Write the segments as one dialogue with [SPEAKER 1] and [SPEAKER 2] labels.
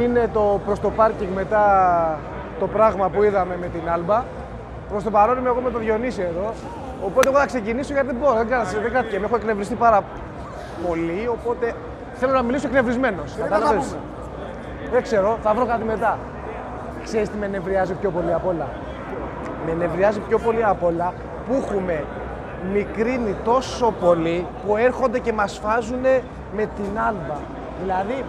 [SPEAKER 1] είναι το προς το πάρκινγκ μετά το πράγμα που είδαμε με την Άλμπα. Προς το παρόν είμαι εγώ με τον Διονύση εδώ. Οπότε εγώ θα ξεκινήσω γιατί δεν μπορώ, δεν, κρατ- δεν κρατιέμαι. Έχω εκνευριστεί πάρα πολύ, οπότε θέλω να μιλήσω εκνευρισμένος. Καταλαβαίνεις. Δεν ξέρω, θα βρω κάτι μετά. Ξέρεις τι με νευριάζει πιο πολύ απ' όλα. Με νευριάζει πιο πολύ απ' όλα που έχουμε μικρύνει τόσο πολύ που έρχονται και μας φάζουν με την άλμπα. Δηλαδή,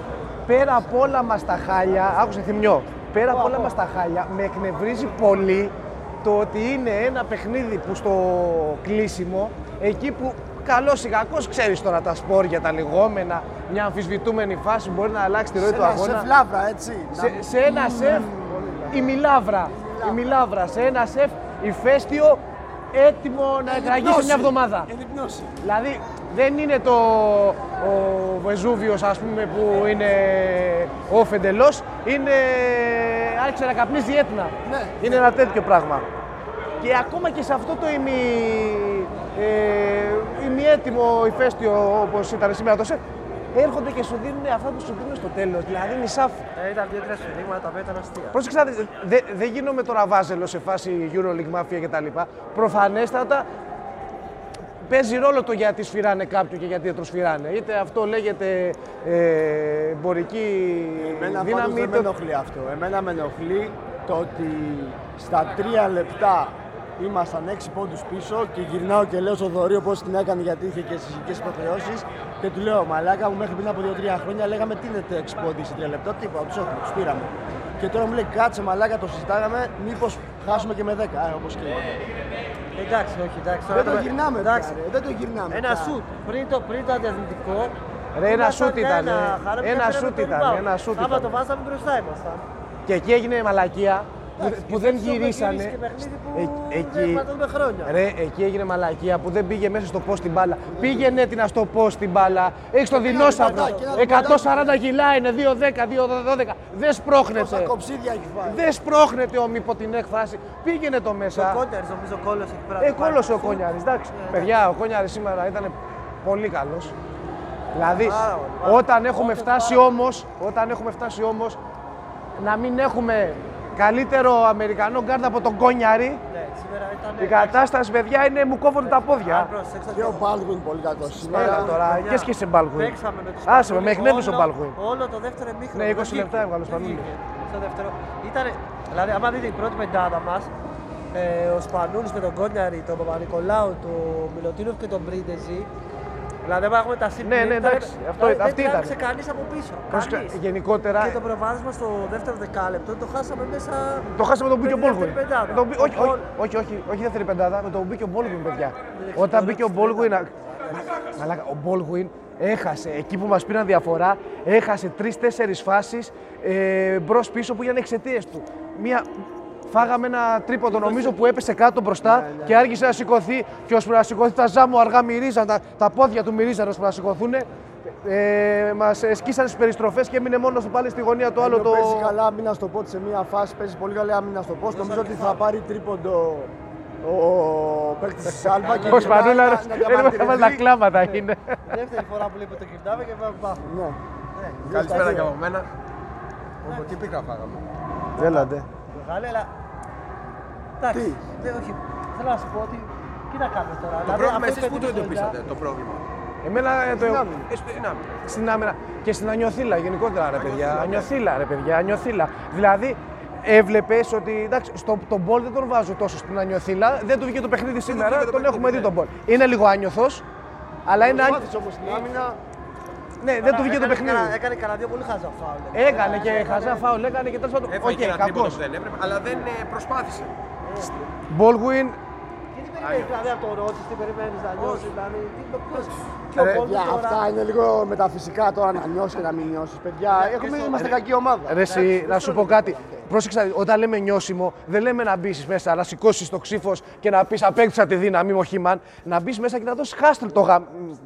[SPEAKER 1] πέρα από όλα μας τα χάλια, άκουσε θυμιό, πέρα από όλα μας τα χάλια, με εκνευρίζει πολύ το ότι είναι ένα παιχνίδι που στο κλείσιμο, εκεί που καλός ή κακός ξέρεις τώρα τα σπόρ για τα λιγόμενα, μια αμφισβητούμενη φάση μπορεί να αλλάξει τη ροή του
[SPEAKER 2] Σε, σε
[SPEAKER 1] αγώνα.
[SPEAKER 2] βλάβρα, έτσι.
[SPEAKER 1] Σε, σε ένα σεφ η μιλάβρα. Η μιλάβρα. Σε ένα σεφ ηφαίστειο έτοιμο να εκραγίσει μια εβδομάδα.
[SPEAKER 3] Ενυπνώσει.
[SPEAKER 1] Δηλαδή δεν είναι το ο Βεζούβιος ας πούμε που είναι off εντελώς, είναι άρχισε να καπνίζει η Έτνα.
[SPEAKER 2] Ναι.
[SPEAKER 1] Είναι ένα τέτοιο πράγμα. Και ακόμα και σε αυτό το ημι, ε, ημιέτοιμο ηφαίστειο όπως ήταν σήμερα το σεφ, έρχονται και σου δίνουν αυτά που σου δίνουν στο τέλος. Δηλαδή μισά
[SPEAKER 4] Ε, ήταν δύο-τρία συνδείγματα τα οποία ήταν αστεία.
[SPEAKER 1] Πρόσεξε να δεις, δε- δεν γίνομαι τώρα βάζελος σε φάση Euroleague Mafia κτλ. Προφανέστατα παίζει ρόλο το γιατί σφυράνε κάποιον και γιατί δεν τον σφυράνε. Είτε αυτό λέγεται ε, εμπορική
[SPEAKER 2] Εμένα πάντως
[SPEAKER 1] δύναμη.
[SPEAKER 2] δεν
[SPEAKER 1] Είτε...
[SPEAKER 2] με ενοχλεί αυτό. Εμένα με ενοχλεί το ότι στα τρία λεπτά ήμασταν έξι πόντους πίσω και γυρνάω και λέω στο Δωρίο πώς την έκανε γιατί είχε και συζυγικές υποχρεώσεις και του λέω μαλάκα μου μέχρι πριν από δύο-τρία χρόνια λέγαμε τι είναι τα έξι πόντοι σε τρία λεπτά, τίποτα, τους έχουμε, τους πήραμε. Και τώρα μου λέει κάτσε μαλάκα το συζητάγαμε, μήπως χάσουμε και με δέκα, ε, όπως και εγώ.
[SPEAKER 4] Εντάξει, όχι, εντάξει. τώρα
[SPEAKER 2] Δεν το γυρνάμε πια,
[SPEAKER 4] Εντάξει.
[SPEAKER 2] ρε, δεν το γυρνάμε
[SPEAKER 4] Ένα
[SPEAKER 2] πια.
[SPEAKER 4] σουτ. Πριν το, πριν το αντιαθλητικό.
[SPEAKER 1] Ρε, ένα
[SPEAKER 4] ήμασταν
[SPEAKER 1] σουτ ήταν, ε.
[SPEAKER 4] χαράμε
[SPEAKER 1] Ένα
[SPEAKER 4] και
[SPEAKER 1] σουτ
[SPEAKER 4] πήραμε το
[SPEAKER 1] ήταν, ε,
[SPEAKER 4] rebound.
[SPEAKER 1] ένα σουτ
[SPEAKER 4] Άμα
[SPEAKER 1] ήταν.
[SPEAKER 4] το βάζαμε μπροστά ήμασταν.
[SPEAKER 1] Και εκεί έγινε μαλακία που,
[SPEAKER 4] Εντάξει,
[SPEAKER 1] που
[SPEAKER 4] και
[SPEAKER 1] δεν
[SPEAKER 4] αυτό με γύρισε και
[SPEAKER 1] γυρίσανε.
[SPEAKER 4] παιχνίδι που
[SPEAKER 1] Ε-
[SPEAKER 4] δεν πατώνουμε χρόνια.
[SPEAKER 1] Ρε, εκεί έγινε μαλακία που δεν πήγε μέσα στο πώ την μπάλα. Πήγε ναι την στο πώ την μπάλα. Έχεις το δεινόσαυρο.
[SPEAKER 2] λιμπαντάκι, ένα
[SPEAKER 1] 140 κιλά είναι, 2-10, 2-12. Δεν
[SPEAKER 4] ε,
[SPEAKER 2] Πόσα
[SPEAKER 1] σπρώχνεται.
[SPEAKER 2] κοψίδια έχεις φάει.
[SPEAKER 1] Δεν σπρώχνεται ο μήπω την έκφραση. Πήγαινε το
[SPEAKER 4] Ο
[SPEAKER 1] μέσα.
[SPEAKER 4] Κόνιαρης νομίζω κόλλωσε εκεί πέρα.
[SPEAKER 1] Ε,
[SPEAKER 4] το Ναι, πάρει.
[SPEAKER 1] κόλλωσε ο Κόνιαρης. Εντάξει. Παιδιά, ο Κόνιαρης σήμερα ήταν πολύ καλός. Δηλαδή,
[SPEAKER 4] Πάρα πολύ, πάρα
[SPEAKER 1] όταν έχουμε φτάσει όμως, όταν έχουμε φτάσει όμως, να μην έχουμε καλύτερο Αμερικανό γκάρντ από τον Κόνιαρη,
[SPEAKER 4] Ναι, σήμερα ήταν.
[SPEAKER 1] η κατάσταση, παιδιά, είναι μου κόβονται τα
[SPEAKER 4] Αν
[SPEAKER 1] πόδια.
[SPEAKER 4] προσέξατε,
[SPEAKER 2] Και ο Baldwin πολύ κακός σήμερα.
[SPEAKER 1] Έλα τώρα,
[SPEAKER 4] παιδιά,
[SPEAKER 1] και σκίσε Μπαλκουίν.
[SPEAKER 4] Παίξαμε με τους
[SPEAKER 1] Άσε με, με
[SPEAKER 4] Παναθηναϊκούς
[SPEAKER 1] εκνεύρισε ο
[SPEAKER 4] όλο-
[SPEAKER 1] Μπαλκουίν.
[SPEAKER 4] Όλο το δεύτερο εμίχρονο.
[SPEAKER 1] Ναι,
[SPEAKER 4] δεν
[SPEAKER 1] 20 λεπτά
[SPEAKER 4] βγήκε,
[SPEAKER 1] έβγαλε ο
[SPEAKER 4] δεν
[SPEAKER 1] Σπανούλης.
[SPEAKER 4] βγήκε. Στο δεύτερο. Ήταν, δηλαδή, άμα δείτε την πρώτη πεντάδα μας, ε, ο Σπανούλης με τον Κόνιαρη, τον Παπα-Νικολάου, τον Μιλωτίνοφ και τον Μπρίντεζη. Δηλαδή, άμα έχουμε τα σύμπνοια.
[SPEAKER 1] Ναι, ναι, εντάξει, αυτό-
[SPEAKER 4] δεν
[SPEAKER 1] αυτή ήταν.
[SPEAKER 4] τράβηξε κανείς από πίσω.
[SPEAKER 1] Πρόσεξε,
[SPEAKER 4] κανείς.
[SPEAKER 1] γενικότερα-
[SPEAKER 4] Και το προβάδισμα στο δεύτερο δεκάλεπτο το χάσαμε μέσα.
[SPEAKER 1] Το χάσαμε τον Μπίκιο
[SPEAKER 4] με τη δεύτερη
[SPEAKER 1] Μπόλγουιν.
[SPEAKER 4] πεντάδα.
[SPEAKER 1] Τον Μπι- Όχι,
[SPEAKER 4] Ο
[SPEAKER 1] όχι,
[SPEAKER 4] Γκολ-
[SPEAKER 1] όχι, όχι, όχι δεύτερη πεντάδα, με τον Μπίκιο Μπόλγουιν, παιδιά.
[SPEAKER 4] Εντάξει,
[SPEAKER 1] Όταν
[SPEAKER 4] τώρα
[SPEAKER 1] μπήκε ο
[SPEAKER 4] της
[SPEAKER 1] Μπόλγουιν. α- Μα- Μαλάκα, ο Μπόλγουιν έχασε εκεί που μας πήραν διαφορά, έχασε τρει-τέσσερι φάσεις ε, μπρο-πίσω που ήταν εξαιτίε του. Μία... Φάγαμε ένα τρίποντο νομίζω που έπεσε κάτω μπροστά
[SPEAKER 2] Ναι,
[SPEAKER 1] και άργησε να σηκωθεί και ώσπου να σηκωθεί τα ζάμου αργά μυρίζαν, τα, τα πόδια του μυρίζαν ώσπου να σηκωθούν. Ε, μας σκίσαν στις περιστροφές και έμεινε μόνος του πάλι στη γωνία του άλλο
[SPEAKER 2] Ενώ
[SPEAKER 1] το...
[SPEAKER 2] Παίζει καλά άμυνα στο πόντ σε μια φάση, παίζει πολύ καλά άμυνα στο πόντ. Νομίζω ότι θα πάρει τρίποντο ο, ο παίκτης της Άλμπα και
[SPEAKER 1] Ο
[SPEAKER 2] γυρνάει να-
[SPEAKER 1] Σπανούλαρος,
[SPEAKER 2] να
[SPEAKER 1] δεν βάλει τα
[SPEAKER 2] διαμαρτυρηθεί. Ναι.
[SPEAKER 1] κλάματα είναι.
[SPEAKER 4] Δεύτερη φορά που λείπει το κυρτάβε και πάμε. πάμε.
[SPEAKER 2] Ναι.
[SPEAKER 3] Καλησπέρα και από μένα. Όπω τι πίκρα φάγαμε.
[SPEAKER 1] Έλατε.
[SPEAKER 4] Μεγάλη, αλλά. Εντάξει. Δεν, όχι. Θέλω να σου πω ότι. Τι να κάνουμε τώρα. δηλαδή
[SPEAKER 3] Το πρόβλημα εσεί πού το εντοπίσατε το πρόβλημα.
[SPEAKER 1] Εμένα ε, το...
[SPEAKER 3] Ε, στο- να,
[SPEAKER 1] στην άμυνα και στην Ανιωθήλα γενικότερα ρε
[SPEAKER 3] ναι.
[SPEAKER 1] παιδιά. Ανιωθήλα ρε παιδιά, Ανιωθήλα. Δηλαδή έβλεπες ότι εντάξει, στο, τον μπολ δεν τον βάζω τόσο στην Ανιωθήλα, δεν του βγήκε το παιχνίδι σήμερα,
[SPEAKER 3] βγήκε το
[SPEAKER 1] τον
[SPEAKER 3] παιχνίδι,
[SPEAKER 1] έχουμε δει
[SPEAKER 3] ναι.
[SPEAKER 1] τον μπολ. Είναι λίγο άνιωθος, αλλά είναι άνι-
[SPEAKER 2] Μάθησε όμω την άμυνα.
[SPEAKER 1] Ναι, δεν του βγήκε το παιχνίδι.
[SPEAKER 4] Έκανε κανένα δύο πολύ χάζα φάουλ. δηλαδή.
[SPEAKER 1] Έκανε και χαζά φάουλ, έκανε και τέλος πάντων.
[SPEAKER 3] Έφαγε
[SPEAKER 1] Οκ,
[SPEAKER 3] και Ε, ένα τρίποντο
[SPEAKER 1] κακό.
[SPEAKER 3] που δεν έπρεπε, αλλά δεν ε, προσπάθησε.
[SPEAKER 1] Μπόλγουιν,
[SPEAKER 4] Γιατί περιμένει δηλαδή από το ρώτησε, τι περιμένεις να νιώσεις. Δηλαδή, τι το πώς. Και
[SPEAKER 2] Ρε,
[SPEAKER 4] ο Πόλμος
[SPEAKER 2] παιδιά, αυτά
[SPEAKER 4] τώρα.
[SPEAKER 2] είναι λίγο μεταφυσικά τώρα να νιώσεις και να μην νιώσεις.
[SPEAKER 4] Ναι,
[SPEAKER 2] Παιδιά, έχουμε, είμαστε κακή ομάδα.
[SPEAKER 1] Ρε, εσύ, να σου πω κάτι. Πρόσεξα, όταν λέμε νιώσιμο, δεν λέμε να μπει μέσα, να σηκώσεις το ξύφος και να πεις Απέκτησα τη δύναμη μου, Χίμαν. Να μπεις μέσα και να δώσεις χάστρι το, γα...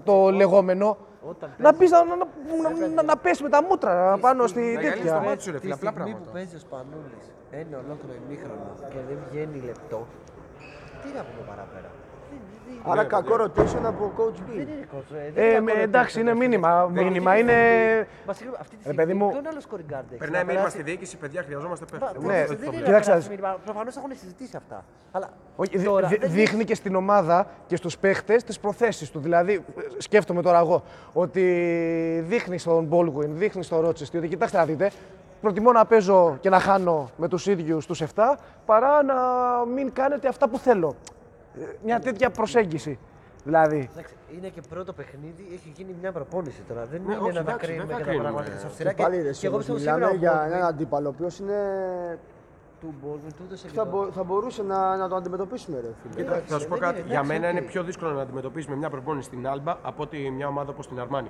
[SPEAKER 1] το λεγόμενο. να μπει να, να, να, να, να πέσει με τα μούτρα πάνω στη
[SPEAKER 3] Να γυαλίσει το
[SPEAKER 1] τέτοια.
[SPEAKER 3] μάτι σου, ρε
[SPEAKER 4] Τη
[SPEAKER 3] φίλε. Απλά
[SPEAKER 4] στιγμή που
[SPEAKER 3] πράγματα.
[SPEAKER 4] παίζεις ο Σπανούλης ένα ολόκληρο ημίχρονο και δεν βγαίνει λεπτό, τι να πούμε παραπέρα.
[SPEAKER 2] Άρα κακό rotation από coach B.
[SPEAKER 4] Δεν είναι κότσο.
[SPEAKER 1] Ε, με- εντάξει, είναι μήνυμα. Μήνυμα είναι.
[SPEAKER 4] Αυτή τη
[SPEAKER 1] Ρε, παιδί
[SPEAKER 4] στιγμή
[SPEAKER 1] μου.
[SPEAKER 4] ποιον άλλο scoring guard έχεις.
[SPEAKER 3] Περνάει
[SPEAKER 4] να
[SPEAKER 3] μήνυμα
[SPEAKER 4] περάσει-
[SPEAKER 3] στη διοίκηση, παιδιά, χρειαζόμαστε
[SPEAKER 4] Μα,
[SPEAKER 3] παίχτη.
[SPEAKER 4] δεν-
[SPEAKER 2] Ε,
[SPEAKER 1] Ναι,
[SPEAKER 4] δεν είναι να
[SPEAKER 1] κοίταξε.
[SPEAKER 4] περάσει μήνυμα. Προφανώς έχουν συζητήσει αυτά. Αλλά
[SPEAKER 1] Όχι, δι-
[SPEAKER 4] τώρα
[SPEAKER 1] δι-
[SPEAKER 4] δεν
[SPEAKER 1] δείχνει και στην ομάδα και στους παίχτες τις προθέσεις του. Δηλαδή, ε, σκέφτομαι τώρα εγώ ότι δείχνει στον Baldwin, δείχνει στον Ρότσεστη ότι κοιτάξτε να δείτε, προτιμώ να παίζω και να χάνω με τους ίδιους τους 7 παρά να μην κάνετε αυτά που θέλω. Ε, Μια τέτοια προσέγγιση. Δηλαδή,
[SPEAKER 4] Εντάξει, είναι και πρώτο παιχνίδι, έχει γίνει μια προπόνηση τώρα. Δεν
[SPEAKER 3] Ναι,
[SPEAKER 4] είναι
[SPEAKER 3] όχι,
[SPEAKER 4] να τα
[SPEAKER 3] εντάξει, δεν
[SPEAKER 4] κρίνουμε
[SPEAKER 3] τα
[SPEAKER 4] και τα
[SPEAKER 3] κρίνουμε.
[SPEAKER 4] πράγματα και
[SPEAKER 2] Και
[SPEAKER 4] σοφτηρά.
[SPEAKER 2] πάλι ρε,
[SPEAKER 4] και εγώ πιστεύω
[SPEAKER 2] μιλάμε
[SPEAKER 4] σίγουρα
[SPEAKER 2] για
[SPEAKER 4] ο
[SPEAKER 2] έναν αντίπαλο, ο οποίος είναι...
[SPEAKER 4] του Baldwin του έδωσε και
[SPEAKER 2] Θα,
[SPEAKER 4] το-
[SPEAKER 2] μπο- θα μπορούσε να, να το αντιμετωπίσουμε, ρε φίλε.
[SPEAKER 3] Κοίτα, θα σου πω
[SPEAKER 4] δεν
[SPEAKER 3] κάτι.
[SPEAKER 4] είναι,
[SPEAKER 3] Για
[SPEAKER 4] εντάξει,
[SPEAKER 3] μένα
[SPEAKER 4] οκ.
[SPEAKER 3] είναι πιο δύσκολο να αντιμετωπίσουμε μια προπόνηση στην Άλμπα από ότι μια ομάδα όπως την Αρμάνι.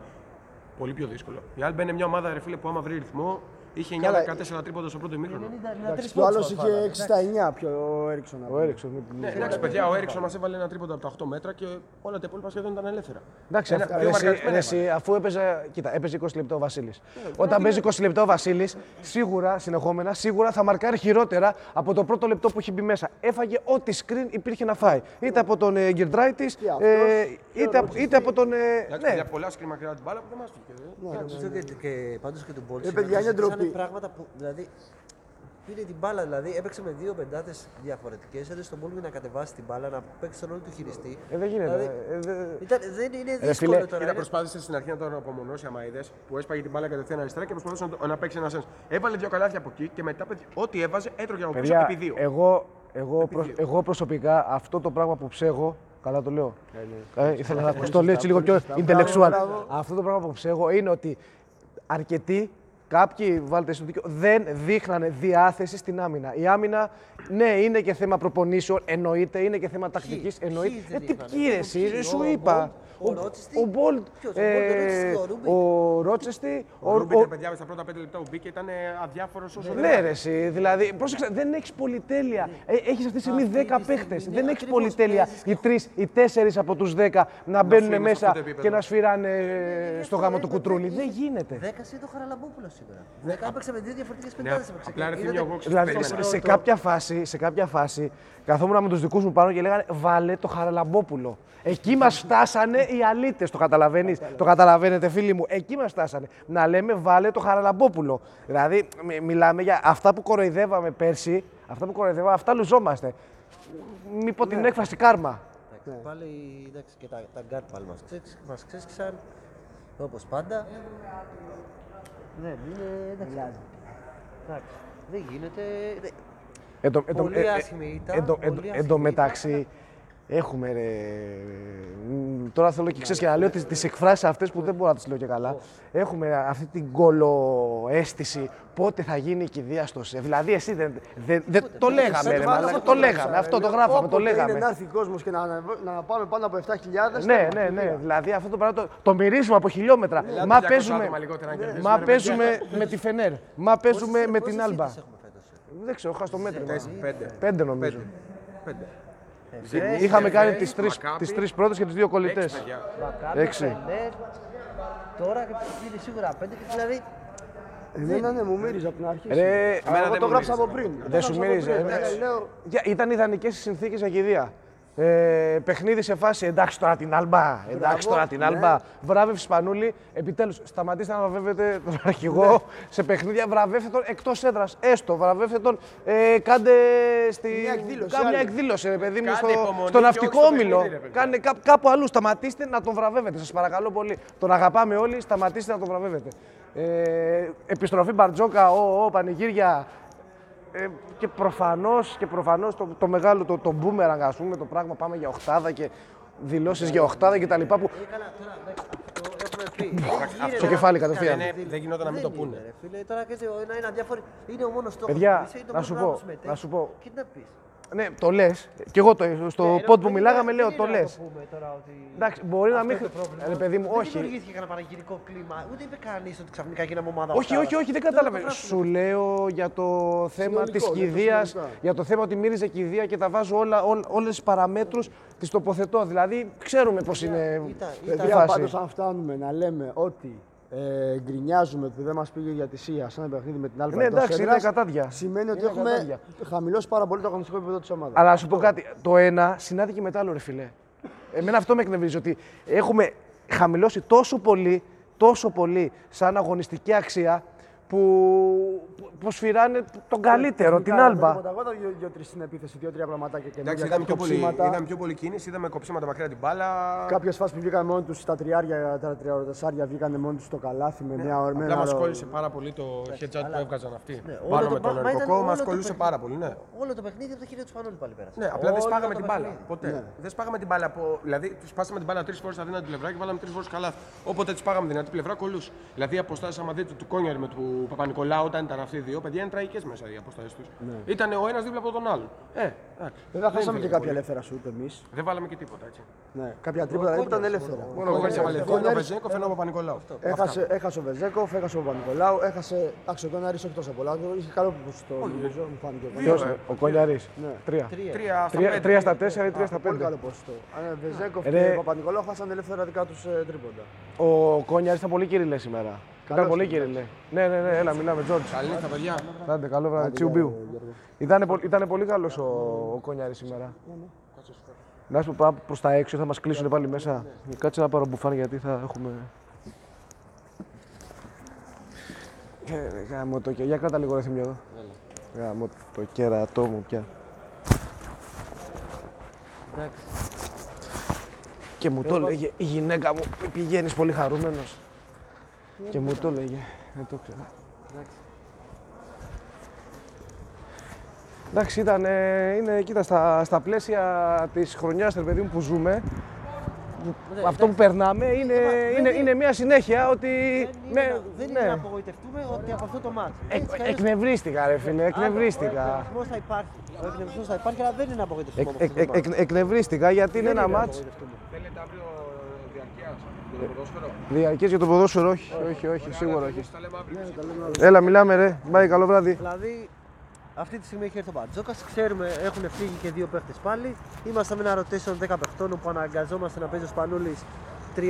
[SPEAKER 3] Πολύ πιο δύσκολο. Η Άλμπα είναι μια ομάδα, ρε φίλε, που άμα βρει ρυθμό, είχε 9-14
[SPEAKER 2] Καλά,
[SPEAKER 3] τρίποντα στο πρώτο ημίχρονο. Ναι,
[SPEAKER 4] 90 να
[SPEAKER 2] Εντάξει,
[SPEAKER 4] τρεις
[SPEAKER 2] και ο
[SPEAKER 4] πόντους
[SPEAKER 2] άλλο
[SPEAKER 4] θα βάλανε,
[SPEAKER 2] είχε 6
[SPEAKER 4] εντάξει.
[SPEAKER 2] στα 9 πιο ο Έριξον.
[SPEAKER 1] ο Έριξον. με την-
[SPEAKER 3] Ναι, εντάξει, παιδιά, ο Έριξον μας έβαλε ένα τρίποντα από τα 8 μέτρα και όλα τα υπόλοιπα σχεδόν ήταν ελεύθερα.
[SPEAKER 4] Ναι.
[SPEAKER 1] Εντάξει,
[SPEAKER 3] Ένα-
[SPEAKER 1] αυτά,
[SPEAKER 3] δύο
[SPEAKER 1] ρε, εσύ,
[SPEAKER 3] μαρκαρισμένα Ε,
[SPEAKER 1] ρε, εσύ, αφού έπαιζε, κοίτα, έπαιζε 20 λεπτό ο Βασίλης. Όταν παίζει 20 λεπτό ο Βασίλης, σίγουρα, συνεχόμενα, σίγουρα θα μαρκάρει χειρότερα από το πρώτο λεπτό που έχει μπει μέσα. Έφαγε ό,τι screen υπήρχε να φάει. Είτε από τον ε, Γκερντράιτης,
[SPEAKER 2] Και αυτός,
[SPEAKER 1] ε,
[SPEAKER 2] και ο
[SPEAKER 1] είτε, απ-
[SPEAKER 2] Ρότζης.
[SPEAKER 1] είτε από τον. ε,
[SPEAKER 3] Εντάξει,
[SPEAKER 1] ναι,
[SPEAKER 3] παιδιά, πολλά σκριν μακριά την μπάλα που δεν ε. μα
[SPEAKER 4] Ναι, Νομίζω ότι και πάντως και του Μπόλτ.
[SPEAKER 2] Ε, παιδιά, είναι ντροπή.
[SPEAKER 4] πράγματα που. Δηλαδή, πήρε την μπάλα, δηλαδή έπαιξε με δύο πεντάτες διαφορετικές, έδωσε τον Μπόλτ να κατεβάσει την μπάλα, να παίξει τον όλο του χειριστή.
[SPEAKER 1] ε, δεν γίνεται.
[SPEAKER 4] Δηλαδή,
[SPEAKER 1] ε, δε-
[SPEAKER 4] ήταν, δεν είναι
[SPEAKER 1] φίλε,
[SPEAKER 4] δύσκολο τώρα.
[SPEAKER 3] Κοίτα,
[SPEAKER 4] είναι-
[SPEAKER 3] προσπάθησε στην αρχή να τον απομονώσει αμαίδε που έσπαγε την μπάλα κατευθείαν αριστερά και προσπαθούσε να, το- να παίξει ένα σένς. Έβαλε δύο καλάθια από εκεί και μετά παιδιά, ό,τι έβαζε έτρωγε από πίσω
[SPEAKER 1] Παιδιά, ε,
[SPEAKER 3] επί δύο.
[SPEAKER 1] εγώ, εγώ, προσ- εγώ προσωπικά αυτό το πράγμα που ψέγω. Καλά το λέω.
[SPEAKER 4] Ναι,
[SPEAKER 1] Ε, ήθελα να ακούσω, το λέω έτσι λίγο πιο intellectual. Αυτό το πράγμα που ψέγω είναι ότι αρκετοί, κάποιοι βάλτε στο δίκιο, δεν δείχνανε διάθεση στην άμυνα. Η άμυνα, ναι, είναι και θέμα προπονήσεων, εννοείται, είναι και θέμα τακτική,
[SPEAKER 4] ποιοι
[SPEAKER 1] εννοείται.
[SPEAKER 4] δεν
[SPEAKER 1] Ε, τι
[SPEAKER 4] δείχνανε,
[SPEAKER 1] ποιοι, ρε,
[SPEAKER 4] ο
[SPEAKER 1] εσύ,
[SPEAKER 4] Ποιοι,
[SPEAKER 1] σου
[SPEAKER 4] ο
[SPEAKER 1] είπα.
[SPEAKER 4] Bolt, ο Ρότσεστη,
[SPEAKER 1] ο Bolt,
[SPEAKER 4] ποιος, ο Bolt, ο
[SPEAKER 1] ε,
[SPEAKER 4] Ρότσεστη, ο Ρούμπιν.
[SPEAKER 1] ο Ρότσεστη,
[SPEAKER 3] Ο,
[SPEAKER 1] ο-
[SPEAKER 3] Ρούμπιν,
[SPEAKER 1] ο-
[SPEAKER 3] ρε παιδιά, στα πρώτα πέντε λεπτά που μπήκε ήταν αδιάφορος όσο δεν
[SPEAKER 1] ναι, ρε, εσύ. Δηλαδή, πρόσεξε, δεν έχεις πολυτέλεια. Έχεις αυτή τη στιγμή
[SPEAKER 4] Αυτή
[SPEAKER 1] 10
[SPEAKER 4] τη στιγμή,
[SPEAKER 1] παίχτες.
[SPEAKER 4] ναι,
[SPEAKER 1] Δεν έχεις
[SPEAKER 4] ακριβώς, ναι,
[SPEAKER 1] πολυτέλεια
[SPEAKER 4] παίζεις
[SPEAKER 1] οι τρεις, οι τέσσερις από τους 10 να
[SPEAKER 3] σου είναι
[SPEAKER 1] μπαίνουν
[SPEAKER 3] σε
[SPEAKER 1] μέσα
[SPEAKER 3] αυτό το επίπεδο.
[SPEAKER 1] και να σφυράνε ε, στο
[SPEAKER 4] αυτό,
[SPEAKER 1] γάμο
[SPEAKER 4] ρε,
[SPEAKER 1] του
[SPEAKER 4] μα
[SPEAKER 1] κουτρούλι.
[SPEAKER 4] δεν
[SPEAKER 1] Δεν
[SPEAKER 4] είναι.
[SPEAKER 1] γίνεται.
[SPEAKER 4] Δέκα ή το Χαραλαμπόπουλο σήμερα. Δέκα έπαιξε με δύο διαφορετικές
[SPEAKER 3] Ναι,
[SPEAKER 4] πεντάδες. έπαιξε.
[SPEAKER 3] απλά ρε
[SPEAKER 4] Είδατε-
[SPEAKER 3] Θήμιο, εγώ ξέρω-
[SPEAKER 1] Δηλαδή,
[SPEAKER 3] Περίμενε.
[SPEAKER 1] σε, σε κάποια φάση, σε κάποια φάση καθόμουν με τους δικούς μου πάνω και λέγανε Βάλε το Χαραλαμπόπουλο. Εκεί μας φτάσανε οι αλήτες. Το καταλαβαίνεις, το καταλαβαίνετε, φίλοι μου. Εκεί μας φτάσανε. Να λέμε Βάλε το Χαραλαμπόπουλο. Δηλαδή, μι- μιλάμε για αυτά που κοροϊδεύαμε πέρσι, αυτά που κοροϊδεύαμε, αυτά λουζόμαστε. Μη πω την έκφραση κάρμα.
[SPEAKER 4] Εντάξει, Πάλι εντάξει, και τα, τα γκάρ πάλι μας ξέξ- μας ξέσκισαν, όπως πάντα. Ναι, είναι εντάξει. Εντάξει, δεν γίνεται. δε-
[SPEAKER 1] Εν τω- εν τω-
[SPEAKER 4] Πολύ
[SPEAKER 1] ε, ε,
[SPEAKER 4] άσχημη ήταν,
[SPEAKER 1] εν τω- εν τω-
[SPEAKER 4] πολύ
[SPEAKER 1] Εν τω
[SPEAKER 4] άσχημη
[SPEAKER 1] μεταξύ, έχουμε ρε. μ, Τώρα θέλω και ξέρεις και να λέω τις τις εκφράσεις αυτές που δεν μπορώ να τις λέω και καλά. Έχουμε αυτή την κολοαίσθηση πότε θα γίνει η κηδεία στο σεφ. Δηλαδή, εσύ δεν. δεν- δεν- το λέγαμε, ρε μαλάκα, Το λέγαμε, αυτό το γράφαμε, το
[SPEAKER 2] Είναι να
[SPEAKER 1] λέγαμε.
[SPEAKER 2] έρθει κόσμος και να, ανεβ- να πάμε πάνω από 7.000.
[SPEAKER 1] Ναι, ναι, ναι. Δηλαδή αυτό το πράγμα το, το μυρίζουμε από χιλιόμετρα.
[SPEAKER 3] Ελάτε
[SPEAKER 1] Μα
[SPEAKER 3] 200
[SPEAKER 1] παίζουμε,
[SPEAKER 3] άτομα λιγότερα να
[SPEAKER 1] Ναι.
[SPEAKER 3] κερδίσουμε,
[SPEAKER 1] μα
[SPEAKER 3] ρε,
[SPEAKER 1] παίζουμε με τη Φενέρ. Μα παίζουμε
[SPEAKER 4] Πόσες-
[SPEAKER 1] με
[SPEAKER 4] πόσες
[SPEAKER 1] την Άλμπα.
[SPEAKER 4] ήττες έχουμε φέτος, ε?
[SPEAKER 1] Δεν ξέρω, χάσω το μέτρημα.
[SPEAKER 3] Πέντε.
[SPEAKER 1] Πέντε νομίζω.
[SPEAKER 3] Πέντε.
[SPEAKER 4] Ζενίτ,
[SPEAKER 1] Είχαμε κάνει
[SPEAKER 3] Εφές,
[SPEAKER 1] τις τρεις,
[SPEAKER 3] Μακάμπι,
[SPEAKER 1] τις τρεις πρώτες και τις δύο
[SPEAKER 3] έξι,
[SPEAKER 1] κολλητές.
[SPEAKER 3] παιδιά.
[SPEAKER 4] Μακάμπι,
[SPEAKER 1] Έξι.
[SPEAKER 4] Φενέρ, Τώρα είναι σίγουρα πέντε και δηλαδή
[SPEAKER 2] Εμένα ναι, μου μύριζε από την αρχή.
[SPEAKER 1] Ρε,
[SPEAKER 2] Αλλά
[SPEAKER 3] εμένα
[SPEAKER 2] εγώ
[SPEAKER 3] δεν
[SPEAKER 2] το
[SPEAKER 3] μου
[SPEAKER 2] γράψα
[SPEAKER 3] μύριζε.
[SPEAKER 2] από πριν. Το
[SPEAKER 1] Δεν
[SPEAKER 2] γράψα
[SPEAKER 1] σου
[SPEAKER 2] από
[SPEAKER 1] μύριζε.
[SPEAKER 2] πριν.
[SPEAKER 1] ε.
[SPEAKER 2] Εμένα λέω,
[SPEAKER 1] Για- Ήταν ιδανικές οι συνθήκες για κηδεία. Ε, παιχνίδι σε φάση, εντάξει τώρα την Αλμπά, εντάξει τώρα την
[SPEAKER 2] ναι.
[SPEAKER 1] Αλμπά. Βράβευση Σπανούλη, επιτέλους σταματήστε να βραβεύετε τον αρχηγό
[SPEAKER 2] Ναι.
[SPEAKER 1] σε παιχνίδια, βραβεύστε τον εκτός έδρας, έστω, βραβεύστε τον, ε, κάντε στη...
[SPEAKER 2] Μια εκδήλωση,
[SPEAKER 1] κάμια
[SPEAKER 2] άλλο.
[SPEAKER 1] εκδήλωση, ρε παιδί μου,
[SPEAKER 3] Κάντε
[SPEAKER 1] στο,
[SPEAKER 3] υπομονή
[SPEAKER 1] στο
[SPEAKER 3] και
[SPEAKER 1] ναυτικό
[SPEAKER 3] όχι στο
[SPEAKER 1] όμιλο.
[SPEAKER 3] παιχνίδι, ρε παιδιά.
[SPEAKER 1] Κάνε κά- κάπου αλλού, σταματήστε να τον βραβεύετε, σας παρακαλώ πολύ. Τον αγαπάμε όλοι, σταματήστε να τον βραβεύετε. Ε, επιστροφή Μπαρτζόκα, ο, ο, πανηγύρια, ε, και προφανώς, και προφανώς το, το μεγάλο, το, το boomerang ας πούμε, το πράγμα πάμε για οχτάδα και δηλώσεις για οχτάδα και τα λοιπά που
[SPEAKER 4] Ε, καλά, τώρα, εντάξει, αυτό έχουμε πει. Δεν γίνεται
[SPEAKER 1] στο
[SPEAKER 4] να-
[SPEAKER 1] κεφάλι
[SPEAKER 4] να-
[SPEAKER 1] κατευθείαν.
[SPEAKER 3] Δεν είναι- Ναι, δεν γινόταν να μην
[SPEAKER 4] Δεν
[SPEAKER 3] το πούνε.
[SPEAKER 4] είναι, ρε φίλε, τώρα και το- να είναι αδιάφοροι. Είναι ο μόνος στόχος
[SPEAKER 1] Παιδιά,
[SPEAKER 4] που είσαι, είναι το
[SPEAKER 1] να
[SPEAKER 4] μόνο
[SPEAKER 1] σου
[SPEAKER 4] πράγμα
[SPEAKER 1] πω,
[SPEAKER 4] που συμμετέχει.
[SPEAKER 1] να σου πω.
[SPEAKER 4] Και τι να πεις.
[SPEAKER 1] ναι, το λες και εγώ το,
[SPEAKER 3] Ε,
[SPEAKER 4] Ναι,
[SPEAKER 1] στο
[SPEAKER 4] ρε,
[SPEAKER 1] pod που
[SPEAKER 4] δεν
[SPEAKER 1] μιλάγαμε
[SPEAKER 4] είναι-
[SPEAKER 1] λέω
[SPEAKER 4] δεν
[SPEAKER 1] το
[SPEAKER 4] είναι να
[SPEAKER 1] λες.
[SPEAKER 4] πούμε τώρα ότι
[SPEAKER 1] Εντάξει, μπορεί να
[SPEAKER 4] αυτό
[SPEAKER 1] μην
[SPEAKER 4] είναι το
[SPEAKER 1] χρ-
[SPEAKER 4] πρόβλημα.
[SPEAKER 1] ρε, παιδί μου, όχι.
[SPEAKER 4] Δεν δημιουργήθηκε κανένα παραγγελικό κλίμα, ούτε είπε κανείς ότι ξαφνικά γίναμε ομάδα.
[SPEAKER 1] Όχι,
[SPEAKER 4] οκτάδα.
[SPEAKER 1] όχι, όχι, δεν
[SPEAKER 4] το
[SPEAKER 1] κατάλαβε.
[SPEAKER 4] γράφουμε.
[SPEAKER 1] Σου λέω για το θέμα
[SPEAKER 2] Συνολικό,
[SPEAKER 1] της
[SPEAKER 2] για το
[SPEAKER 1] κηδείας,
[SPEAKER 2] συνολικά.
[SPEAKER 1] για το θέμα ότι μύριζε κηδεία και τα βάζω όλα, ό, όλες τις παραμέτρους, τις τοποθετώ. Δηλαδή, ξέρουμε πώς είναι
[SPEAKER 4] ήταν-
[SPEAKER 1] η
[SPEAKER 4] ήταν-
[SPEAKER 2] Παιδιά,
[SPEAKER 1] φάση.
[SPEAKER 2] πάντως, αν φτάνουμε να λέμε ότι ε, γκρινιάζουμε που δεν μας πήγε για τη ΣΥΑ σε ένα παιχνίδι με την Άλβα.
[SPEAKER 1] Ναι,
[SPEAKER 2] εκτός
[SPEAKER 1] εντάξει, είναι
[SPEAKER 2] έδρας,
[SPEAKER 1] κατάδια.
[SPEAKER 2] Σημαίνει ότι
[SPEAKER 1] Είναι
[SPEAKER 2] έχουμε
[SPEAKER 1] κατάδια.
[SPEAKER 2] χαμηλώσει πάρα πολύ το αγωνιστικό επίπεδο της ομάδας.
[SPEAKER 1] Αλλά να σου πω κάτι. Το ένα συνάδει και με το άλλο, ρε φιλέ. Εμένα αυτό με εκνευρίζει, ότι έχουμε χαμηλώσει τόσο πολύ, τόσο πολύ σαν αγωνιστική αξία που, που- που σφυράνε τον καλύτερο, την άλμπα.
[SPEAKER 2] Εγώ τα δύο-τρει στην επίθεση, δύο-τρία πραγματάκια και
[SPEAKER 3] Εντάξει,
[SPEAKER 2] κάποια
[SPEAKER 3] είδαμε πιο, πολύ,
[SPEAKER 2] κοψίματα.
[SPEAKER 3] είδαμε πιο πολύ κίνηση, είδαμε κοψίματα μακριά την μπάλα.
[SPEAKER 2] Κάποιες φάσεις που βγήκαν μόνοι τους στα τριάρια, τα τριάρια βγήκαν μόνοι τους στο καλάθι με μια ώρα. με
[SPEAKER 3] Απλά
[SPEAKER 2] ένα
[SPEAKER 3] μας
[SPEAKER 2] ρο-
[SPEAKER 3] κόλλησε πάρα πολύ το headshot που έβγαζαν αυτοί.
[SPEAKER 4] Ναι, όλο
[SPEAKER 3] Πάνω
[SPEAKER 4] το-
[SPEAKER 3] με τον
[SPEAKER 4] μα- μα ήταν
[SPEAKER 3] Ορκοκό,
[SPEAKER 4] όλο
[SPEAKER 3] μα
[SPEAKER 4] το
[SPEAKER 3] κολλούσε
[SPEAKER 4] παιχνίδι.
[SPEAKER 3] πάρα πολύ, ναι.
[SPEAKER 4] Όλο το παιχνίδι από το χέρι του Σπανούλη πάλι πέρασε.
[SPEAKER 3] Ναι, απλά δεν
[SPEAKER 4] Όλο
[SPEAKER 3] σπάγαμε
[SPEAKER 4] το
[SPEAKER 3] την μπάλα.
[SPEAKER 4] παιχνίδι.
[SPEAKER 3] Ποτέ.
[SPEAKER 1] Ναι.
[SPEAKER 3] Δεν σπάγαμε την μπάλα. Από... Δηλαδή, τους πάσαμε την μπάλα τρεις φορές στα δύνατη πλευρά και βάλαμε τρεις φορές καλά. Όποτε τους πάγαμε δυνατή πλευρά, κολλούσε. Δηλαδή, οι αποστάσεις, άμα δείτε του Κόνιαρη με του Παπα-Νικολάου, όταν ήταν αυτοί οι δύο, παιδιά είναι τραγικές μέσα οι αποστάσει τους.
[SPEAKER 1] Ναι.
[SPEAKER 3] Ήταν ο ένας δίπλα από τον άλλον. Ε, εντάξει.
[SPEAKER 2] Βέβαια,
[SPEAKER 3] Δεν
[SPEAKER 2] χάσαμε και
[SPEAKER 3] ήθελε
[SPEAKER 2] κάποια
[SPEAKER 3] πολύ.
[SPEAKER 2] ελεύθερα σου εμείς.
[SPEAKER 3] Δεν βάλαμε και τίποτα έτσι.
[SPEAKER 2] Ναι, κάποια τρίποτα δεν ήταν ελεύθερα.
[SPEAKER 3] Μόνο ο Βεζέκοφ, ο Βεζέκοφ, ενώ ο Παπα-Νικολάου.
[SPEAKER 1] Ε,
[SPEAKER 2] Έχασε, έχασε ο Βεζέκοφ, έχασε ο Παπα-Νικολάου, έχασε. Εντάξει, ο Κόναρη όχι τόσο πολλά. Είχε καλό που στο νομίζω, μου φάνηκε ο
[SPEAKER 1] Ποιος,
[SPEAKER 2] Κόναρης.
[SPEAKER 1] ε, ο Κολιαρής. Τρία.
[SPEAKER 4] Τρία.
[SPEAKER 3] Τρία στα
[SPEAKER 1] Τρία,
[SPEAKER 3] πέντε.
[SPEAKER 1] τρία στα τέσσερα ή τρία στα
[SPEAKER 2] Πολύ καλό
[SPEAKER 1] πέντε.
[SPEAKER 2] ποσοστό. Ε, Βεζέκοφ
[SPEAKER 1] Ρε.
[SPEAKER 2] και Παπα-Νικολάου χάσαν ελεύθερα δικά ε, του τρίποτα.
[SPEAKER 1] Ο Κόνιαρης ήταν πολύ κυριλές σήμερα.
[SPEAKER 2] Καλός
[SPEAKER 1] Ήταν πολύ
[SPEAKER 2] ήταν.
[SPEAKER 1] κυριλέ. Ναι, ναι, ναι, έλα, μιλάμε, Τζόρτζ.
[SPEAKER 3] Καλή νύχτα, παιδιά.
[SPEAKER 1] Άντε, καλό βράδυ. Τσιουμπίου. Ήτανε, πο- ήτανε πολύ καλός ο, ο Κόνιαρης σήμερα. Να σου πω πάμε προς τα έξω, θα μας κλείσουν πάλι μέσα. Κάτσε να πάρω μπουφάν γιατί θα έχουμε... Ε, ρε, Γάμο το και... Για κράτα λίγο ρε θυμιό εδώ. Γάμο το κερατό μου πια.
[SPEAKER 4] Εντάξει.
[SPEAKER 1] Και μου το λέγε η γυναίκα μου, πηγαίνεις πολύ χαρούμενος.
[SPEAKER 4] Ναι,
[SPEAKER 1] Και μου το λέγε, δεν το ξέρα. Εντάξει, ήταν, ε, είναι, κοίτα, στα, στα πλαίσια της χρονιάς, ρε παιδί μου, που ζούμε, αυτό που περνάμε είναι,
[SPEAKER 4] Ναι, μα,
[SPEAKER 1] είναι,
[SPEAKER 4] δεν
[SPEAKER 1] είναι μια συνέχεια ότι...
[SPEAKER 4] Δεν είναι
[SPEAKER 1] με-
[SPEAKER 4] να- Δεν είναι
[SPEAKER 1] ναι. Ε,
[SPEAKER 4] να απογοητευτούμε ότι από αυτό το μάτς.
[SPEAKER 1] Εκ-
[SPEAKER 4] Έτσι κι αλλιώς
[SPEAKER 1] εκνευρίστηκα, ρε φίλε,
[SPEAKER 4] Άρα, Ο
[SPEAKER 1] εκνευρίστηκα.
[SPEAKER 4] εκνευρισμός θα υπάρχει. Ο εκνευρισμός θα υπάρχει, αλλά δεν είναι
[SPEAKER 1] Εκ,
[SPEAKER 4] απογοητευτικό. από
[SPEAKER 1] εκ,
[SPEAKER 4] αυτό το
[SPEAKER 1] εκ,
[SPEAKER 4] μάτς.
[SPEAKER 1] εκνευρίστηκα γιατί είναι
[SPEAKER 4] Δεν
[SPEAKER 1] ένα
[SPEAKER 4] είναι
[SPEAKER 1] μάτς
[SPEAKER 4] απογοητευτικό.
[SPEAKER 3] Θέλετε αύριο διαρκεία για το ποδόσφαιρο.
[SPEAKER 1] διαρκές για το ποδόσφαιρο, όχι, όχι, όχι, σίγουρα όχι.
[SPEAKER 3] Τα λέμε αύριο.
[SPEAKER 1] Έλα, μιλάμε ρε, μπάει, καλό βράδυ.
[SPEAKER 4] Δηλαδή, αυτή τη στιγμή έχει έρθει ο Μπαρτζόκα. Ξέρουμε, έχουν φύγει και δύο παίχτες πάλι. Είμαστε με ένα rotation 10 παιχτών όπου αναγκαζόμαστε να παίζει ο Σπανούλης 30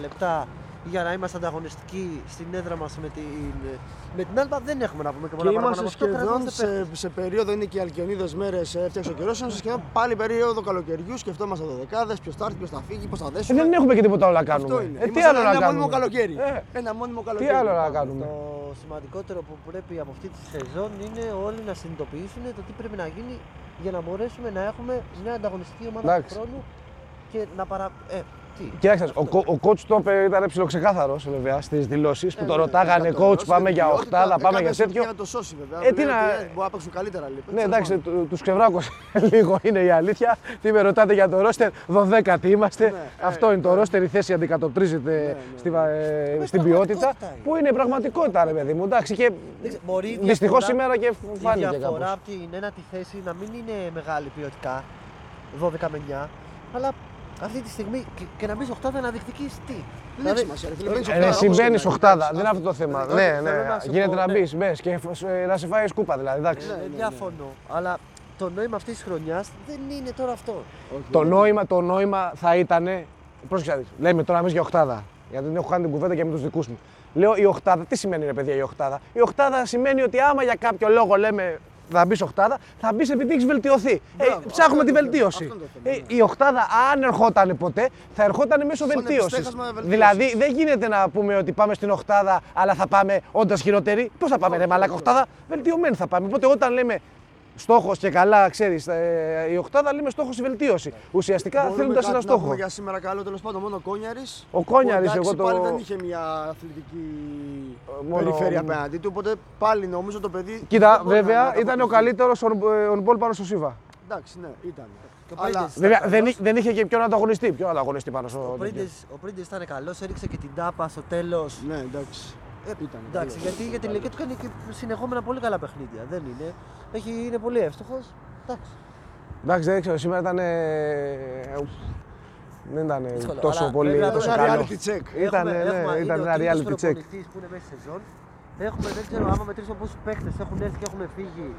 [SPEAKER 4] λεπτά για να είμαστε ανταγωνιστικοί στην έδρα μας με την, με την Άλμπα. Δεν έχουμε να πούμε και
[SPEAKER 2] Και
[SPEAKER 4] πολλά παραπάνω
[SPEAKER 2] είμαστε
[SPEAKER 4] από αυτό.
[SPEAKER 2] σχεδόν
[SPEAKER 4] Χρειαζόμαστε παίχτες.
[SPEAKER 2] σε, σε περίοδο, είναι και οι Αλκιονίδες μέρες, έφτιαξε ο καιρός. Είμαστε σχεδόν πάλι περίοδο καλοκαιριού. Σκεφτόμαστε δεκάδες, ποιος θα έρθει, ποιος θα φύγει, πώς θα
[SPEAKER 1] Ε,
[SPEAKER 2] δέσουμε.
[SPEAKER 1] δεν έχουμε και τίποτα άλλο να
[SPEAKER 2] Αυτό
[SPEAKER 1] κάνουμε.
[SPEAKER 2] είναι.
[SPEAKER 1] Ε, τι
[SPEAKER 2] Είμαστε
[SPEAKER 1] άλλο να
[SPEAKER 2] ένα
[SPEAKER 1] κάνουμε.
[SPEAKER 2] μόνιμο καλοκαίρι.
[SPEAKER 1] Ε,
[SPEAKER 2] Ένα μόνιμο
[SPEAKER 1] τι
[SPEAKER 2] καλοκαίρι.
[SPEAKER 1] άλλο να κάνουμε.
[SPEAKER 4] Το σημαντικότερο που πρέπει από αυτή τη σεζόν είναι όλοι να συνειδητοποιήσουν το τι πρέπει να γίνει για να μπορέσουμε να έχουμε μια ανταγωνιστική ομάδα του
[SPEAKER 1] Εντάξει.
[SPEAKER 4] χρόνου και να παρα. Ε, τι.
[SPEAKER 1] Κοιτάξτε, ο, κο- ο coach το είπε, ήταν ψιλοξεκάθαρος βέβαια στις δηλώσεις που
[SPEAKER 2] Ε,
[SPEAKER 1] το
[SPEAKER 2] ναι,
[SPEAKER 1] ρωτάγανε
[SPEAKER 2] κατά
[SPEAKER 1] coach,
[SPEAKER 2] την
[SPEAKER 1] πάμε για
[SPEAKER 2] ποιότητα,
[SPEAKER 1] οχτάδα, πάμε
[SPEAKER 2] ε, κάποια
[SPEAKER 1] για
[SPEAKER 2] στιγμή
[SPEAKER 1] τέτοιο.
[SPEAKER 2] να το σώσει βέβαια.
[SPEAKER 1] Ε, τι
[SPEAKER 2] Λέει
[SPEAKER 1] να-
[SPEAKER 2] ότι, ε, Μπορεί να παίξουν καλύτερα λίγο.
[SPEAKER 1] Ναι,
[SPEAKER 2] Τέλος
[SPEAKER 1] εντάξει,
[SPEAKER 2] πάντων.
[SPEAKER 1] του ξεβράκωσε λίγο είναι η αλήθεια. Τι με ρωτάτε για το ρόστερ, 12
[SPEAKER 4] Ναι,
[SPEAKER 1] είμαστε.
[SPEAKER 4] ε,
[SPEAKER 1] Αυτό είναι το ρόστερ, η θέση αντικατοπτρίζεται στη βα- ε, στην ποιότητα.
[SPEAKER 4] πραγματικότητα
[SPEAKER 1] Που είναι πραγματικότητα, ρε παιδί μου. Εντάξει, και
[SPEAKER 4] Δεν ξέρω, Μπορεί η
[SPEAKER 1] δυστυχώ
[SPEAKER 4] διαφορά-
[SPEAKER 1] σήμερα και
[SPEAKER 4] Η
[SPEAKER 1] φάνηκε
[SPEAKER 4] διαφορά
[SPEAKER 1] κάπως.
[SPEAKER 4] από την ένατη θέση να μην είναι μεγάλη ποιοτικά, 12 με 9, αλλά αυτή τη στιγμή και, και να μπεις οχτάδα να διεκδικείς τι.
[SPEAKER 2] Δεν έχει σημασία, ρε φίλε,
[SPEAKER 4] Ε,
[SPEAKER 2] παίζεις
[SPEAKER 4] ναι,
[SPEAKER 1] Ρε,
[SPEAKER 2] οχτάδα, όπως
[SPEAKER 1] συμβαίνεις
[SPEAKER 2] είναι.
[SPEAKER 1] οχτάδα, δεν είναι αυτό το θέμα.
[SPEAKER 4] Εντάξει,
[SPEAKER 1] Ναι,
[SPEAKER 4] θέλω
[SPEAKER 1] ναι,
[SPEAKER 4] να σου
[SPEAKER 1] γίνεται
[SPEAKER 4] πω,
[SPEAKER 1] να
[SPEAKER 4] ναι.
[SPEAKER 1] μπεις, μπες και ε, να σε φάει σκούπα δηλαδή. εντάξει.
[SPEAKER 4] Δεν διαφωνώ, αλλά το νόημα αυτής της χρονιάς δεν είναι τώρα αυτό.
[SPEAKER 1] Το νόημα, το νόημα θα ήταν. Πρόσεξε να δεις. Λέμε τώρα εμεί για οχτάδα. Γιατί δεν έχω κάνει την κουβέντα και με τους δικούς μου. Λέω η οχτάδα, τι σημαίνει ρε παιδιά η οχτάδα. Η οχτάδα σημαίνει ότι άμα για κάποιο λόγο λέμε θα μπεις οχτάδα, θα μπεις επειδή έχεις βελτιωθεί.
[SPEAKER 2] Μπράβο,
[SPEAKER 1] ε, ψάχνουμε τη
[SPEAKER 2] αυτό είναι το θέμα,
[SPEAKER 1] βελτίωση.
[SPEAKER 2] αυτό είναι το
[SPEAKER 1] Ε, η οχτάδα, αν ερχόταν ποτέ, θα ερχόταν μέσω
[SPEAKER 2] Σαν
[SPEAKER 1] βελτίωσης.
[SPEAKER 2] επιστέχασμα βελτίωσης.
[SPEAKER 1] Δηλαδή δεν γίνεται να πούμε ότι πάμε στην οχτάδα, αλλά θα πάμε όντας χειρότεροι. Πώς θα πάμε, ρε Μαλάκα, οχτάδα, βελτιωμένοι θα πάμε. Οπότε όταν λέμε στόχος και καλά, ξέρεις, η οχτάδα λέμε στόχος η βελτίωση. Ουσιαστικά
[SPEAKER 2] Μπορούμε
[SPEAKER 1] θέλοντα
[SPEAKER 2] κάτι
[SPEAKER 1] ένα
[SPEAKER 2] να πούμε
[SPEAKER 1] στόχο.
[SPEAKER 2] Για σήμερα καλό τέλος πάντων, μόνο ο Κόνιαρης.
[SPEAKER 1] Ο Κόνιαρης, εγώ το- Ε,
[SPEAKER 2] πάλι δεν είχε μια αθλητική
[SPEAKER 1] μόνο-
[SPEAKER 2] περιφέρεια απέναντί του, οπότε πάλι νομίζω το παιδί.
[SPEAKER 1] Κοίτα,
[SPEAKER 2] δεν μπορεί να
[SPEAKER 1] βέβαια
[SPEAKER 2] ανταποκριθεί.
[SPEAKER 1] ήταν ο καλύτερο on on ball πάνω στο Σίβα.
[SPEAKER 2] Εντάξει, ναι, ήταν.
[SPEAKER 4] Το
[SPEAKER 2] Αλλά
[SPEAKER 4] Πρίντες.
[SPEAKER 1] Βέβαια δεν, είχε- δεν είχε και ποιον ανταγωνιστή. Ποιον ανταγωνιστή πάνω στο.
[SPEAKER 4] Ο Πρίντες, ο Πρίντες ήταν καλός, έριξε και την τάπα στο τέλος.
[SPEAKER 2] ναι, εντάξει.
[SPEAKER 4] Ε,
[SPEAKER 2] Ήταν.
[SPEAKER 4] Εντάξει,
[SPEAKER 1] ναι.
[SPEAKER 2] καλός.
[SPEAKER 4] γιατί για την ηλικία του κάνει και συνεχόμενα πολύ καλά παιχνίδια. Δεν είναι. Έχει, είναι πολύ εύστοχος. Εντάξει.
[SPEAKER 1] Εντάξει, δεν ξέρω, σήμερα ήταν. Δεν ήταν
[SPEAKER 4] Δύσκολο,
[SPEAKER 1] τόσο
[SPEAKER 4] αλλά
[SPEAKER 1] πολύ,
[SPEAKER 4] πρέπει να το
[SPEAKER 1] τόσο
[SPEAKER 2] Ήταν
[SPEAKER 4] κάνουμε.
[SPEAKER 1] καλό.
[SPEAKER 2] reality check.
[SPEAKER 1] Ήταν,
[SPEAKER 4] Έχουμε- έχουμε-
[SPEAKER 1] ναι,
[SPEAKER 4] είναι
[SPEAKER 1] ήταν
[SPEAKER 4] ο
[SPEAKER 1] ένα
[SPEAKER 4] τρίτος
[SPEAKER 1] reality check.
[SPEAKER 4] προπονητής που είναι μέσα στη σεζόν. Έχουμε, δεν ξέρω, άμα μετρήσουμε πόσους παίχτες έχουν έρθει και έχουν φύγει.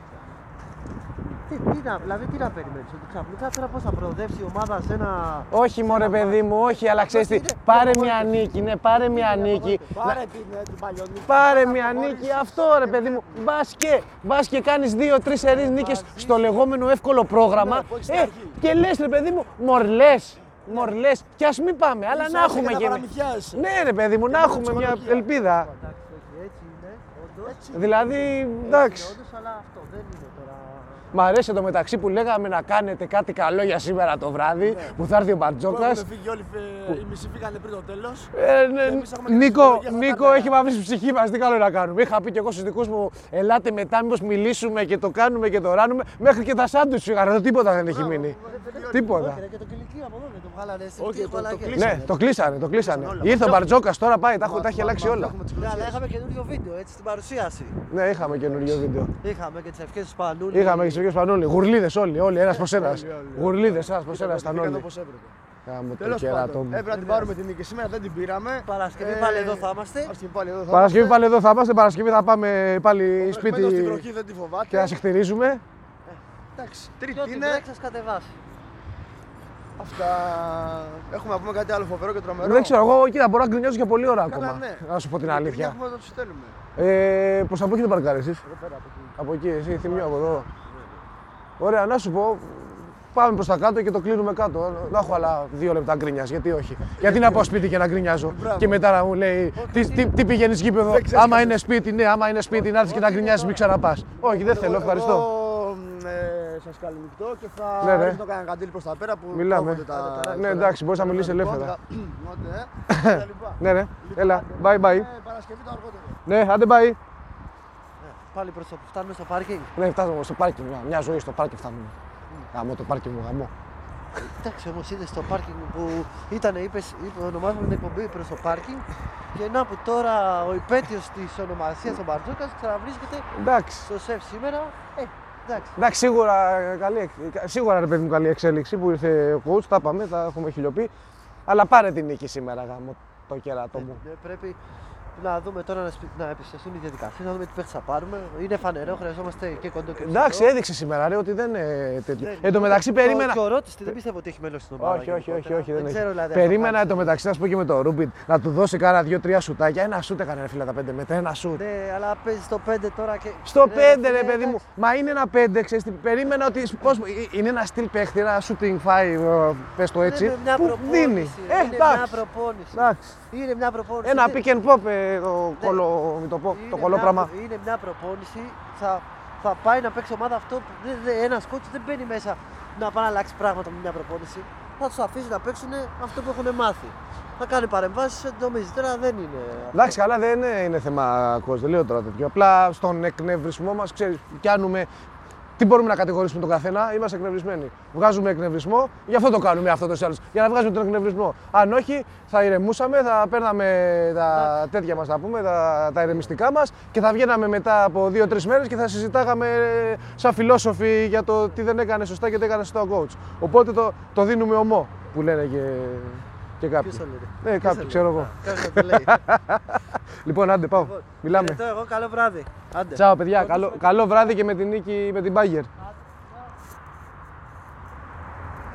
[SPEAKER 4] Τι, τι να, δηλαδή τι να περιμένεις, ότι ξαφνικά τώρα πώς θα προοδεύσει η ομάδα σε ένα...
[SPEAKER 1] Όχι μωρέ παιδί μου, όχι, αλλά ξέρεις τι,
[SPEAKER 4] είναι
[SPEAKER 1] πάρε
[SPEAKER 4] απογοήτευση.
[SPEAKER 1] μια νίκη, ναι, πάρε μια νίκη.
[SPEAKER 2] Πάρε την, ε, την παλιονίκη.
[SPEAKER 1] Πάρε μια νίκη, αυτό ρε παιδί μου. Μπας και, μπας και κάνεις δύο-τρει
[SPEAKER 2] Ναι,
[SPEAKER 1] σερεί νίκε στο λεγόμενο εύκολο πρόγραμμα.
[SPEAKER 2] που έχεις
[SPEAKER 1] Ε,
[SPEAKER 2] στην αρχή.
[SPEAKER 1] και λες ρε παιδί μου, μορλέ. Μορλέ, κι ας μην πάμε, αλλά να έχουμε
[SPEAKER 2] και
[SPEAKER 1] και.
[SPEAKER 2] παραμυθιάζεσαι.
[SPEAKER 1] Ναι, ρε παιδί μου, να έχουμε μια
[SPEAKER 2] ψυχολογία.
[SPEAKER 1] ελπίδα.
[SPEAKER 4] Εντάξει, όχι, έτσι είναι. Όντως.
[SPEAKER 1] Δηλαδή,
[SPEAKER 2] Ναι,
[SPEAKER 1] εντάξει.
[SPEAKER 4] Όντως, αλλά αυτό δεν είναι τώρα.
[SPEAKER 1] Μ' αρέσει το μεταξύ που λέγαμε να κάνετε κάτι καλό για σήμερα το βράδυ
[SPEAKER 2] Ναι.
[SPEAKER 1] που θα έρθει ο
[SPEAKER 2] Τώρα
[SPEAKER 1] Μπαρτζόκα.
[SPEAKER 2] έχουν φύγει όλοι, φε- οι μισοί φύγανε πριν το τέλος.
[SPEAKER 1] Ε, ναι,
[SPEAKER 2] Εμείς έχουμε και
[SPEAKER 1] Νίκο,
[SPEAKER 2] ψυχολογία στα
[SPEAKER 1] Νίκο
[SPEAKER 2] πάντα.
[SPEAKER 1] έχει μαυρίσει η ψυχή μας. Τι καλό να κάνουμε. Είχα πει και εγώ στους δικούς μου, ελάτε μετά, μήπως μιλήσουμε και το κάνουμε και το ράνουμε. Μέχρι και τα σάντουιτ σου είχαν, τίποτα δεν έχει μείνει. Τίποτα.
[SPEAKER 4] Όχι, ρε, και το κυλικείο από εδώ δεν το βγάλανε. Εσύ
[SPEAKER 2] Όχι,
[SPEAKER 4] τι
[SPEAKER 2] το- το
[SPEAKER 4] κολλάκες.
[SPEAKER 2] κλείσανε.
[SPEAKER 1] Ναι, το κλείσανε, το κλείσανε.
[SPEAKER 2] όλα.
[SPEAKER 1] Ήρθε ο Μπαρτζόκας τώρα πάει, τα έχω- τα έχει
[SPEAKER 2] Μα-
[SPEAKER 1] αλλάξει
[SPEAKER 2] μα-
[SPEAKER 1] όλα.
[SPEAKER 2] έχουμε τις
[SPEAKER 4] Ναι, αλλά
[SPEAKER 2] κλωσίες.
[SPEAKER 4] είχαμε καινούριο βίντεο έτσι στην παρουσίαση.
[SPEAKER 1] Ναι, είχαμε καινούριο βίντεο.
[SPEAKER 4] Είχαμε και τις ευχές τους Πανούλη.
[SPEAKER 1] Είχαμε και στο Σπανούλη. Γουρλίδες όλοι, όλοι, ένας προς ένας. Γουρλίδες, ένας προς ένας ήταν
[SPEAKER 2] Βγήκαν
[SPEAKER 1] όλοι.
[SPEAKER 2] όπως έπρεπε.
[SPEAKER 1] Κάμε το
[SPEAKER 2] Τέλος
[SPEAKER 1] κεράτο
[SPEAKER 2] πάντων,
[SPEAKER 1] μου.
[SPEAKER 2] έπρεπε να την πάρουμε την νίκη σήμερα, δεν την πήραμε.
[SPEAKER 4] Παρασκευή
[SPEAKER 2] Ε,
[SPEAKER 4] πάλι εδώ θα είμαστε.
[SPEAKER 2] Παρασκευή πάλι εδώ θα είμαστε.
[SPEAKER 1] Παρασκευή πάλι εδώ θα είμαστε, Παρασκευή θα πάμε πάλι
[SPEAKER 2] Μένω Στην
[SPEAKER 1] σπίτι
[SPEAKER 2] βροχή δεν τη
[SPEAKER 1] και θα
[SPEAKER 2] φοβάται.
[SPEAKER 1] σε χτυρίζουμε.
[SPEAKER 2] Εντάξει,
[SPEAKER 4] Και
[SPEAKER 2] τρίτη
[SPEAKER 4] ό,τι
[SPEAKER 2] είναι.
[SPEAKER 4] βρέξει θα σας κατεβάσει.
[SPEAKER 2] Αυτά. Έχουμε να πούμε κάτι άλλο φοβερό και τρομερό.
[SPEAKER 1] Δεν ξέρω, εγώ κοίτα, μπορώ να γκρινιάζω για πολλή ώρα
[SPEAKER 2] Καλά,
[SPEAKER 1] ακόμα.
[SPEAKER 2] ναι.
[SPEAKER 1] Να σου πω την
[SPEAKER 2] Επειδή
[SPEAKER 1] αλήθεια.
[SPEAKER 2] Έχουμε να του στέλνουμε.
[SPEAKER 1] Ε, προς τα πού και το παρκάρει εσείς.
[SPEAKER 2] Εδώ πέρα από εκεί.
[SPEAKER 1] Από εκεί, εσύ, θυμιώ από εδώ. Ωραία, να σου πω, πάμε προς τα κάτω και το κλείνουμε κάτω. Να έχω άλλα δύο λεπτά γκρινιάς, γιατί όχι. γιατί να πάω σπίτι και να γκρινιάζω.
[SPEAKER 2] Μπράβο.
[SPEAKER 1] και μετά να μου λέει, τι, τι, τι πηγαίνεις γήπεδο,
[SPEAKER 2] Δεν ξέρεις
[SPEAKER 1] άμα
[SPEAKER 2] καθόλου.
[SPEAKER 1] είναι σπίτι, ναι, άμα είναι σπίτι, να έρθεις και να γκρινιάζεις, μην ξαναπάς. Όχι, δεν θέλω, ευχαριστώ.
[SPEAKER 2] Εγώ ε, σας καληνυχτώ και θα
[SPEAKER 1] Ναι, ναι.
[SPEAKER 2] ρίχνω κανένα καντήλι προς τα πέρα που
[SPEAKER 1] Μιλάμε.
[SPEAKER 2] κόβονται τα- Λοιπόν, τα-
[SPEAKER 1] Ναι,
[SPEAKER 2] τα-
[SPEAKER 1] εντάξει, μπορείς να
[SPEAKER 2] τα-
[SPEAKER 1] μιλήσεις
[SPEAKER 2] τα-
[SPEAKER 1] ελεύθερα.
[SPEAKER 2] τα- Οπότε, ε, τα λοιπά.
[SPEAKER 1] Ναι, ναι,
[SPEAKER 2] Λοιπόν,
[SPEAKER 1] έλα,
[SPEAKER 2] άντε,
[SPEAKER 1] bye bye.
[SPEAKER 2] ε, Παρασκευή το αργότερο.
[SPEAKER 1] Ναι, άντε bye.
[SPEAKER 4] Πάλι προς το που φτάνουμε στο πάρκινγκ.
[SPEAKER 1] Ναι, φτάσαμε στο πάρκινγκ, μια- μια ζωή στο πάρκινγκ φτάνουμε. Γαμώ το πάρκινγκ μου, γαμώ.
[SPEAKER 4] Εντάξει, όμως είδες το πάρκινγκ που ήταν, είπε, ονομάζουμε την εκπομπή προς το πάρκινγκ. Και να που τώρα ο υπέτειος της ονομασίας των Μπαρτζόκα ξαναβρίσκεται
[SPEAKER 1] Εντάξει.
[SPEAKER 4] στο σεφ σήμερα. Ε, εντάξει.
[SPEAKER 1] Εντάξει, σίγουρα, ε, καλή, εξ- σίγουρα ρε παιδί μου καλή εξέλιξη που ήρθε ο coach, τα πάμε, τα έχουμε χιλιοπεί. Αλλά πάρε την νίκη σήμερα γάμο το κεράτο μου.
[SPEAKER 4] Ε, πρέπει να δούμε τώρα να, σπι- να επιστρέψουν οι διαδικασίες, να δούμε τι παίχτες θα πάρουμε. Είναι φανερό, χρειαζόμαστε και κοντό και ψηλό.
[SPEAKER 1] Εντάξει, έδειξε σήμερα ρε, ότι δεν είναι τέτοιο.
[SPEAKER 4] Ε, Δεν-
[SPEAKER 1] Εν τω μεταξύ
[SPEAKER 4] το-
[SPEAKER 1] περίμενα.
[SPEAKER 4] Και ο Ρώτης δεν πιστεύω ότι έχει μέλος στην ομάδα.
[SPEAKER 1] Όχι, όχι, όχι,
[SPEAKER 4] γενικότερα.
[SPEAKER 1] όχι, δεν έχει.
[SPEAKER 4] λοιπόν. ξέρω, δηλαδή, αν θα
[SPEAKER 1] Περίμενα
[SPEAKER 4] πάρει.
[SPEAKER 1] εν τω μεταξύ να σου πω και με τον Ρούμπιν να του δώσει κάνα δύο-τρία σουτάκια. Ένα σουτ έκανε ρε φίλα τα πέντε μέτρα, ένα σουτ.
[SPEAKER 4] Ναι, αλλά παίζει στο 5 τώρα και.
[SPEAKER 1] Στο
[SPEAKER 4] Ναι,
[SPEAKER 1] 5 ρε
[SPEAKER 4] ναι,
[SPEAKER 1] παιδί μου.
[SPEAKER 4] εντάξει.
[SPEAKER 1] Μα είναι ένα 5, ξέρεις τι. Περίμενα ότι. Πώς, ε, είναι ένα στυλ παίχτη, ένα shooting five, πες το έτσι.
[SPEAKER 4] Είναι μια
[SPEAKER 1] που
[SPEAKER 4] προπόνηση,
[SPEAKER 1] δίνει.
[SPEAKER 4] ρε,
[SPEAKER 1] Ε,
[SPEAKER 4] είναι μια
[SPEAKER 1] εντάξει.
[SPEAKER 4] προπόνηση.
[SPEAKER 1] εντάξει.
[SPEAKER 4] Είναι μια προπόνηση.
[SPEAKER 1] Ένα
[SPEAKER 4] δεν-
[SPEAKER 1] pick and pop ε, το
[SPEAKER 4] Ναι.
[SPEAKER 1] κολο, μη το, πω,
[SPEAKER 4] είναι
[SPEAKER 1] το
[SPEAKER 4] μια
[SPEAKER 1] κολόπραμα.
[SPEAKER 4] προ- Είναι μια προπόνηση. Θα, θα πάει να παίξει ομάδα αυτό. που δεν- δεν- Ένας κότσο δεν μπαίνει μέσα να πάει να αλλάξει πράγματα με μια προπόνηση. Θα τους αφήσει να παίξουν αυτό που έχουν μάθει. Θα κάνει παρεμβάσεις, εντομίζει. Τώρα δεν είναι. αυτό.
[SPEAKER 1] Εντάξει, καλά δεν είναι, είναι θέμα coach, δεν λέω τώρα τέτοιο. Απλά στον εκνευρισμό μας, ξέρεις, πιάνουμε. Τι μπορούμε να κατηγορήσουμε τον καθένα, είμαστε εκνευρισμένοι. Βγάζουμε εκνευρισμό, γι' αυτό το κάνουμε αυτό το άλλο. Για να βγάζουμε τον εκνευρισμό. Αν όχι, θα ηρεμούσαμε, θα παίρναμε τα τέτοια μας, τα πούμε, τα, τα ηρεμιστικά μας και θα βγαίναμε μετά από δύο-τρει μέρες και θα συζητάγαμε ε, σαν φιλόσοφοι για το τι δεν έκανε σωστά και τι έκανε σωστά ο coach. Οπότε το, το δίνουμε ομό, που λένε και, και κάποιοι.
[SPEAKER 4] Ποιος το λέει, ρε?
[SPEAKER 1] Ναι, κάποιοι,
[SPEAKER 4] Ποιος το λέει?
[SPEAKER 1] ξέρω εγώ.
[SPEAKER 4] Α, Κάποιος θα το λέει.
[SPEAKER 1] Λοιπόν, άντε, πάω. Μιλάμε.
[SPEAKER 4] Χαιρετώ εγώ, καλό βράδυ. Άντε.
[SPEAKER 1] Τσάω, παιδιά. Καλό, καλό βράδυ και με την νίκη με την Bayer.